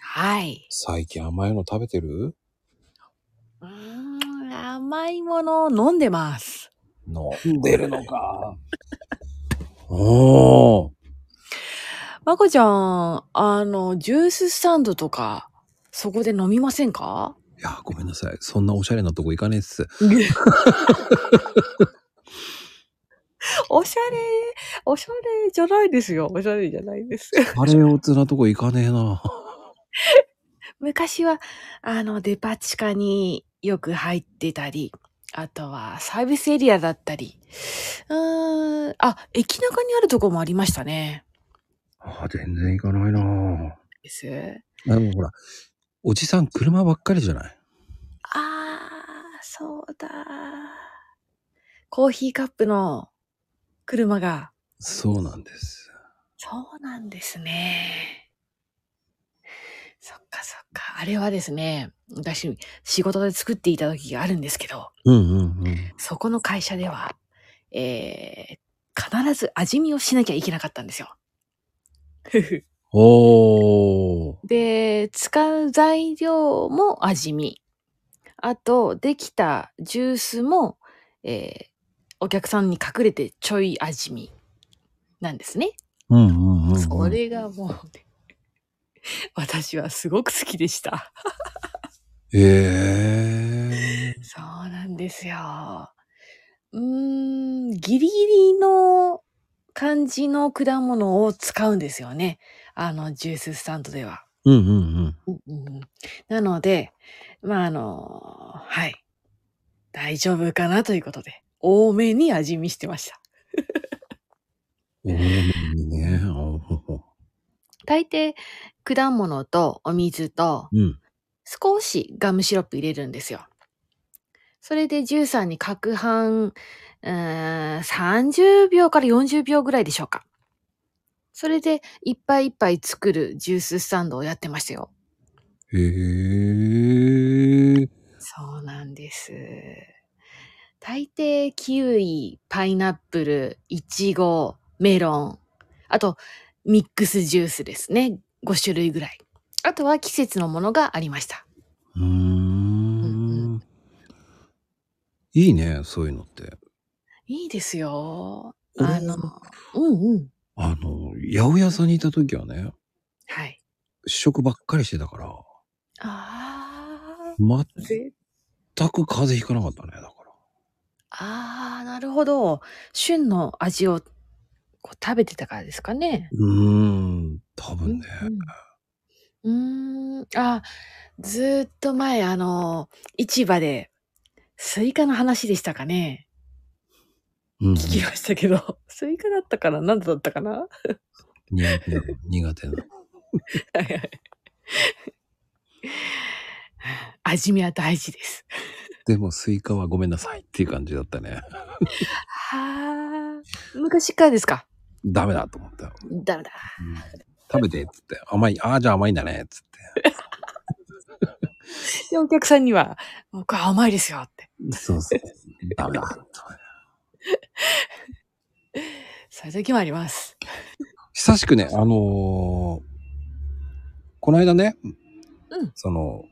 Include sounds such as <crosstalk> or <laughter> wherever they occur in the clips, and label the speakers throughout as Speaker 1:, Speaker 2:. Speaker 1: はい。
Speaker 2: 最近甘いの食べてる
Speaker 1: うーん、甘いものを飲んでます。
Speaker 2: 飲んでるのか。 <laughs> おー。
Speaker 1: まこちゃん、あの、ジューススタンドとか、そこで飲みません <laughs> か
Speaker 2: いや、ごめんなさい。そんなおしゃれなとこ行かねえっす。
Speaker 1: おしゃれ、おしゃれじゃないですよ。おしゃれじゃないです。
Speaker 2: あれおつなとこ行かねえな。
Speaker 1: <laughs> 昔は、あの、デパ地下によく入ってたり、あとはサービスエリアだったり、うーん、あ、駅中にあるとこもありましたね。
Speaker 2: あー全然行かないな。
Speaker 1: です
Speaker 2: でもほら、おじさん車ばっかりじゃない
Speaker 1: あー、そうだ。コーヒーカップの車が。
Speaker 2: そうなんです。
Speaker 1: そうなんですね。そっかそっか。あれはですね、私、仕事で作っていた時があるんですけど、
Speaker 2: うんうんうん。
Speaker 1: そこの会社では、えー、必ず味見をしなきゃいけなかったんですよ。ふふ
Speaker 2: おー。
Speaker 1: で、使う材料も味見。あと、できたジュースも、えーお客さんに隠れてちょい味見なんですね。
Speaker 2: うんうんうん、うん。
Speaker 1: それがもうね、 <laughs> 私はすごく好きでした。
Speaker 2: ええ
Speaker 1: そうなんですよ。うーん、ギリギリの感じの果物を使うんですよね。あの、ジューススタンドでは。
Speaker 2: うんうん
Speaker 1: うんうんなので、まあ、あの、はい。大丈夫かなということで、多めに味見してました。
Speaker 2: うん。おー、いい <laughs> ね。おほほ
Speaker 1: 大抵、果物とお水と
Speaker 2: うん。
Speaker 1: 少しガムシロップ入れるんですよ。それでジューサーに攪拌、うーん、30秒から40秒ぐらいでしょうか。それで、いっぱいいっぱい作るジューススタンドをやってましたよ。
Speaker 2: ええ
Speaker 1: そうなんです。大抵、キウイ、パイナップル、イチゴ、メロン、あと、ミックスジュースですね。5種類ぐらい。あとは季節のものがありました。
Speaker 2: うーん。いいね、そういうのって。
Speaker 1: いいですよ。
Speaker 2: 俺
Speaker 1: あの、うんうん。
Speaker 2: あの、八百屋さんにいた時はね、
Speaker 1: はい。
Speaker 2: 試食ばっかりしてたから、
Speaker 1: あ
Speaker 2: 全
Speaker 1: あ、ぜ
Speaker 2: く風邪ひかなかったね、だから。
Speaker 1: ああ、なるほど。旬の味をこう食べてたからですかね。
Speaker 2: うーん、多分ね。
Speaker 1: うん、うーんあ、ずーっと前、あの、市場で、スイカの話でしたかね。
Speaker 2: うん。
Speaker 1: 聞きましたけど、 <laughs> スイカだったかな何だったかな
Speaker 2: 苦手なの、苦手なの。
Speaker 1: はいはい味見は大事です。
Speaker 2: でも、スイカはごめんなさいっていう感じだったね。
Speaker 1: はあ、昔からですか
Speaker 2: ダメだと思ったよ。
Speaker 1: ダメだ。
Speaker 2: うん食べてっつって甘いああじゃあ甘いんだねっつっ
Speaker 1: で、お客さんには、僕は甘いですよって。
Speaker 2: てそうそうダメだと
Speaker 1: そういう時もあります。
Speaker 2: 久しくねあのーこの間ね、
Speaker 1: うん
Speaker 2: その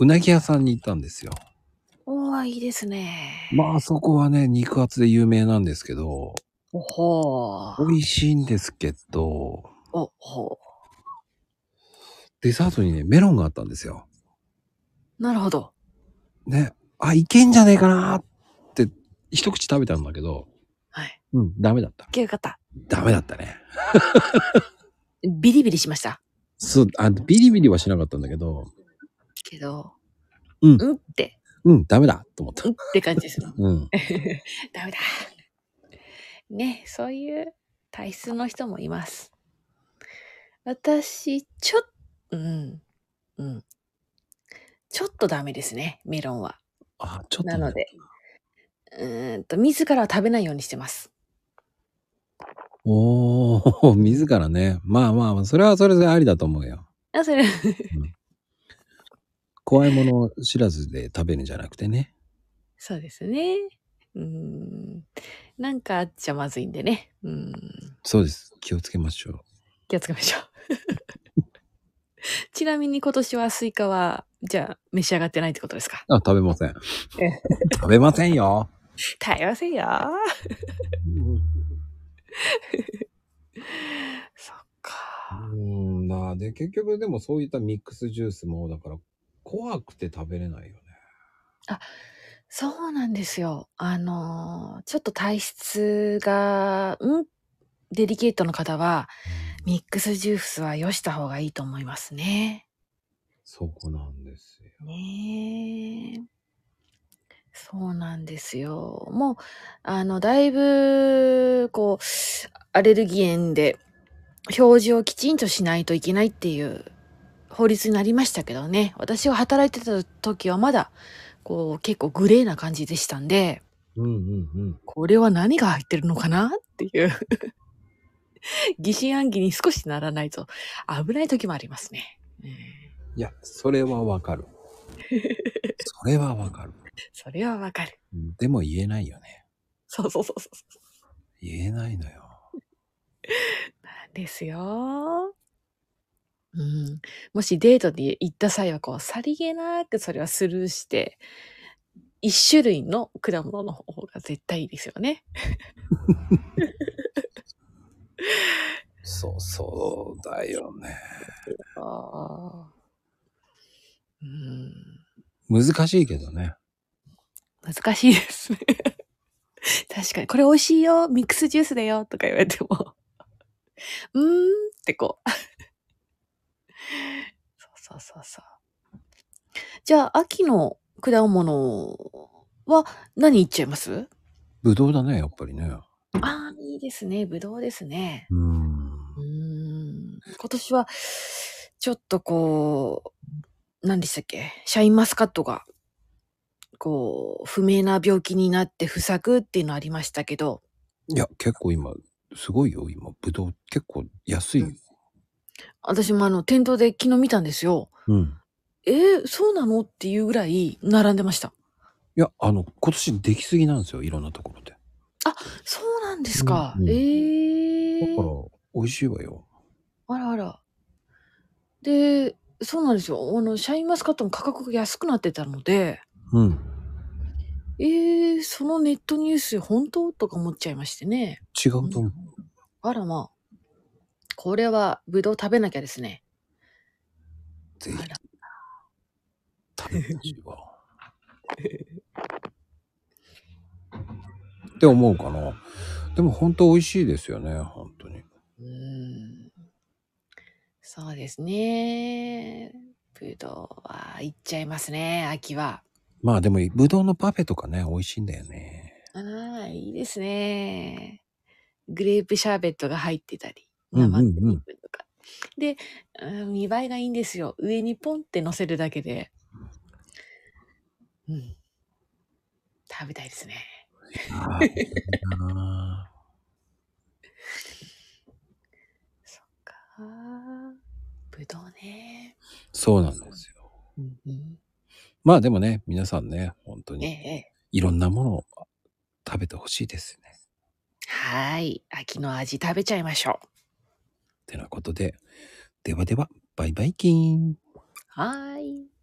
Speaker 2: うなぎ屋さんに行ったんですよ
Speaker 1: おー、いいですね。
Speaker 2: まあそこはね肉厚で有名なんですけど
Speaker 1: おほー。
Speaker 2: 美味しいんですけど
Speaker 1: おほ
Speaker 2: デザートにねメロンがあったんですよ
Speaker 1: ー。なるほど。
Speaker 2: ねあいけんじゃねえかなって一口食べたんだけど
Speaker 1: はい。
Speaker 2: うんダメだった
Speaker 1: 消え方。
Speaker 2: ダメだったね
Speaker 1: ビリビリしました。
Speaker 2: そうあビリビリはしなかったんだけど
Speaker 1: けど、
Speaker 2: うん
Speaker 1: うんって、
Speaker 2: うんダメだと思った
Speaker 1: うんって感じですよ。
Speaker 2: うん
Speaker 1: <laughs> ダメだ。ね、そういう体質の人もいます。私、ちょっ、うん、うん。ちょっとダメですね、メロンは。
Speaker 2: あ、ちょっとね、
Speaker 1: なので、うーんと、自らは食べないようにしてます。
Speaker 2: おお、 <laughs> 自らね。まあまあまあ、それはそれでありだと思うよ。
Speaker 1: あ、それ、 <laughs>
Speaker 2: 怖いものを知らずで食べるんじゃなくてね。
Speaker 1: そうですね。うーん。なんかあっちゃまずいんでね。うーん。
Speaker 2: そうです。気をつけましょう。
Speaker 1: 気をつけましょう。 <laughs> ちなみに今年はスイカは、じゃあ、召し上がってないってことですか
Speaker 2: あ、食べません
Speaker 1: え。
Speaker 2: 食べませんよ。
Speaker 1: 食べませんよ。そっか。
Speaker 2: うん、なで、結局でもそういったミックスジュースも、だから、怖くて食べれないよね。
Speaker 1: そうなんですよ。あのーちょっと体質が、うんデリケートの方は、ミックスジュースは良した方がいいと思いますね。
Speaker 2: そこなんですよ。
Speaker 1: ねえ。そうなんですよ。もう、あの、だいぶ、こう、アレルギー炎で、表示をきちんとしないといけないっていう法律になりましたけどね。私が働いてた時はまだ、こう、結構グレーな感じでしたんで、
Speaker 2: うんうんうん。
Speaker 1: これは何が入ってるのかなっていう。 <laughs> 疑心暗鬼に少しならないと危ない時もありますね。うん
Speaker 2: いや、それはわかる。それはわかる。
Speaker 1: それはわかる。
Speaker 2: でも言えないよね。
Speaker 1: そうそうそうそう。
Speaker 2: 言えないのよ。
Speaker 1: ですよ。うん、もしデートで行った際はこうさりげなくそれはスルーして一種類の果物の方が絶対いいですよね。
Speaker 2: そうそうだよね。
Speaker 1: あーうん、
Speaker 2: 難しいけどね。
Speaker 1: 難しいですね。 <laughs> 確かにこれ美味しいよミックスジュースだよとか言われてもうーんってこう。そうそうそうそう。じゃあ秋の果物は何いっちゃいます
Speaker 2: ぶどうだね、やっぱりね。
Speaker 1: ああ、いいですね。ぶどうですね。
Speaker 2: うん。
Speaker 1: うーん。今年は、ちょっとこう、何でしたっけシャインマスカットが、こう、不明な病気になって不作っていうのありましたけど、
Speaker 2: いや、結構今、すごいよ、今。ぶどう結構安いよ。
Speaker 1: 私もあの、店頭で昨日見たんですよ。
Speaker 2: うん。
Speaker 1: えー、そうなのっていうぐらい並んでました。
Speaker 2: いや、あの、今年できすぎなんですよ、いろんなところで。
Speaker 1: そうなんですか。
Speaker 2: うんうん
Speaker 1: え
Speaker 2: だから
Speaker 1: ー。、
Speaker 2: 美味しいわよ。
Speaker 1: あらあら。で、そうなんですよ。あの、シャインマスカットの価格が安くなってたので、
Speaker 2: うん。
Speaker 1: ええそのネットニュース本当とか思っちゃいましてね。
Speaker 2: 違うと思う。
Speaker 1: あらまあ。これは、ぶどう食べなきゃですね。
Speaker 2: ぜひ
Speaker 1: あら。
Speaker 2: 食べてほしい <laughs> わ。って思うかな。でも本当美味しいですよね、本当に。
Speaker 1: うーん。そうですね。ぶどうはいっちゃいますね、秋は。
Speaker 2: まあでも、ぶどうのパフェとかね、美味しいんだよね。
Speaker 1: ああ、いいですね。グレープシャーベットが入ってたり、
Speaker 2: うんうん
Speaker 1: 生クリー
Speaker 2: う
Speaker 1: ム
Speaker 2: ん
Speaker 1: とか。で、うん見栄えがいいんですよ。上にポンって乗せるだけで。うん。食べたいですね。
Speaker 2: ああいいなあ
Speaker 1: そっか。ぶどうね。
Speaker 2: そうなんですよ。
Speaker 1: うんうん、
Speaker 2: まあでもね、皆さんね、本当
Speaker 1: え
Speaker 2: に
Speaker 1: え。
Speaker 2: いろんなものを食べてほしいですね。
Speaker 1: はーい。秋の味食べちゃいましょう。
Speaker 2: てなことで、ではでは、バイバイキーン。
Speaker 1: はーい。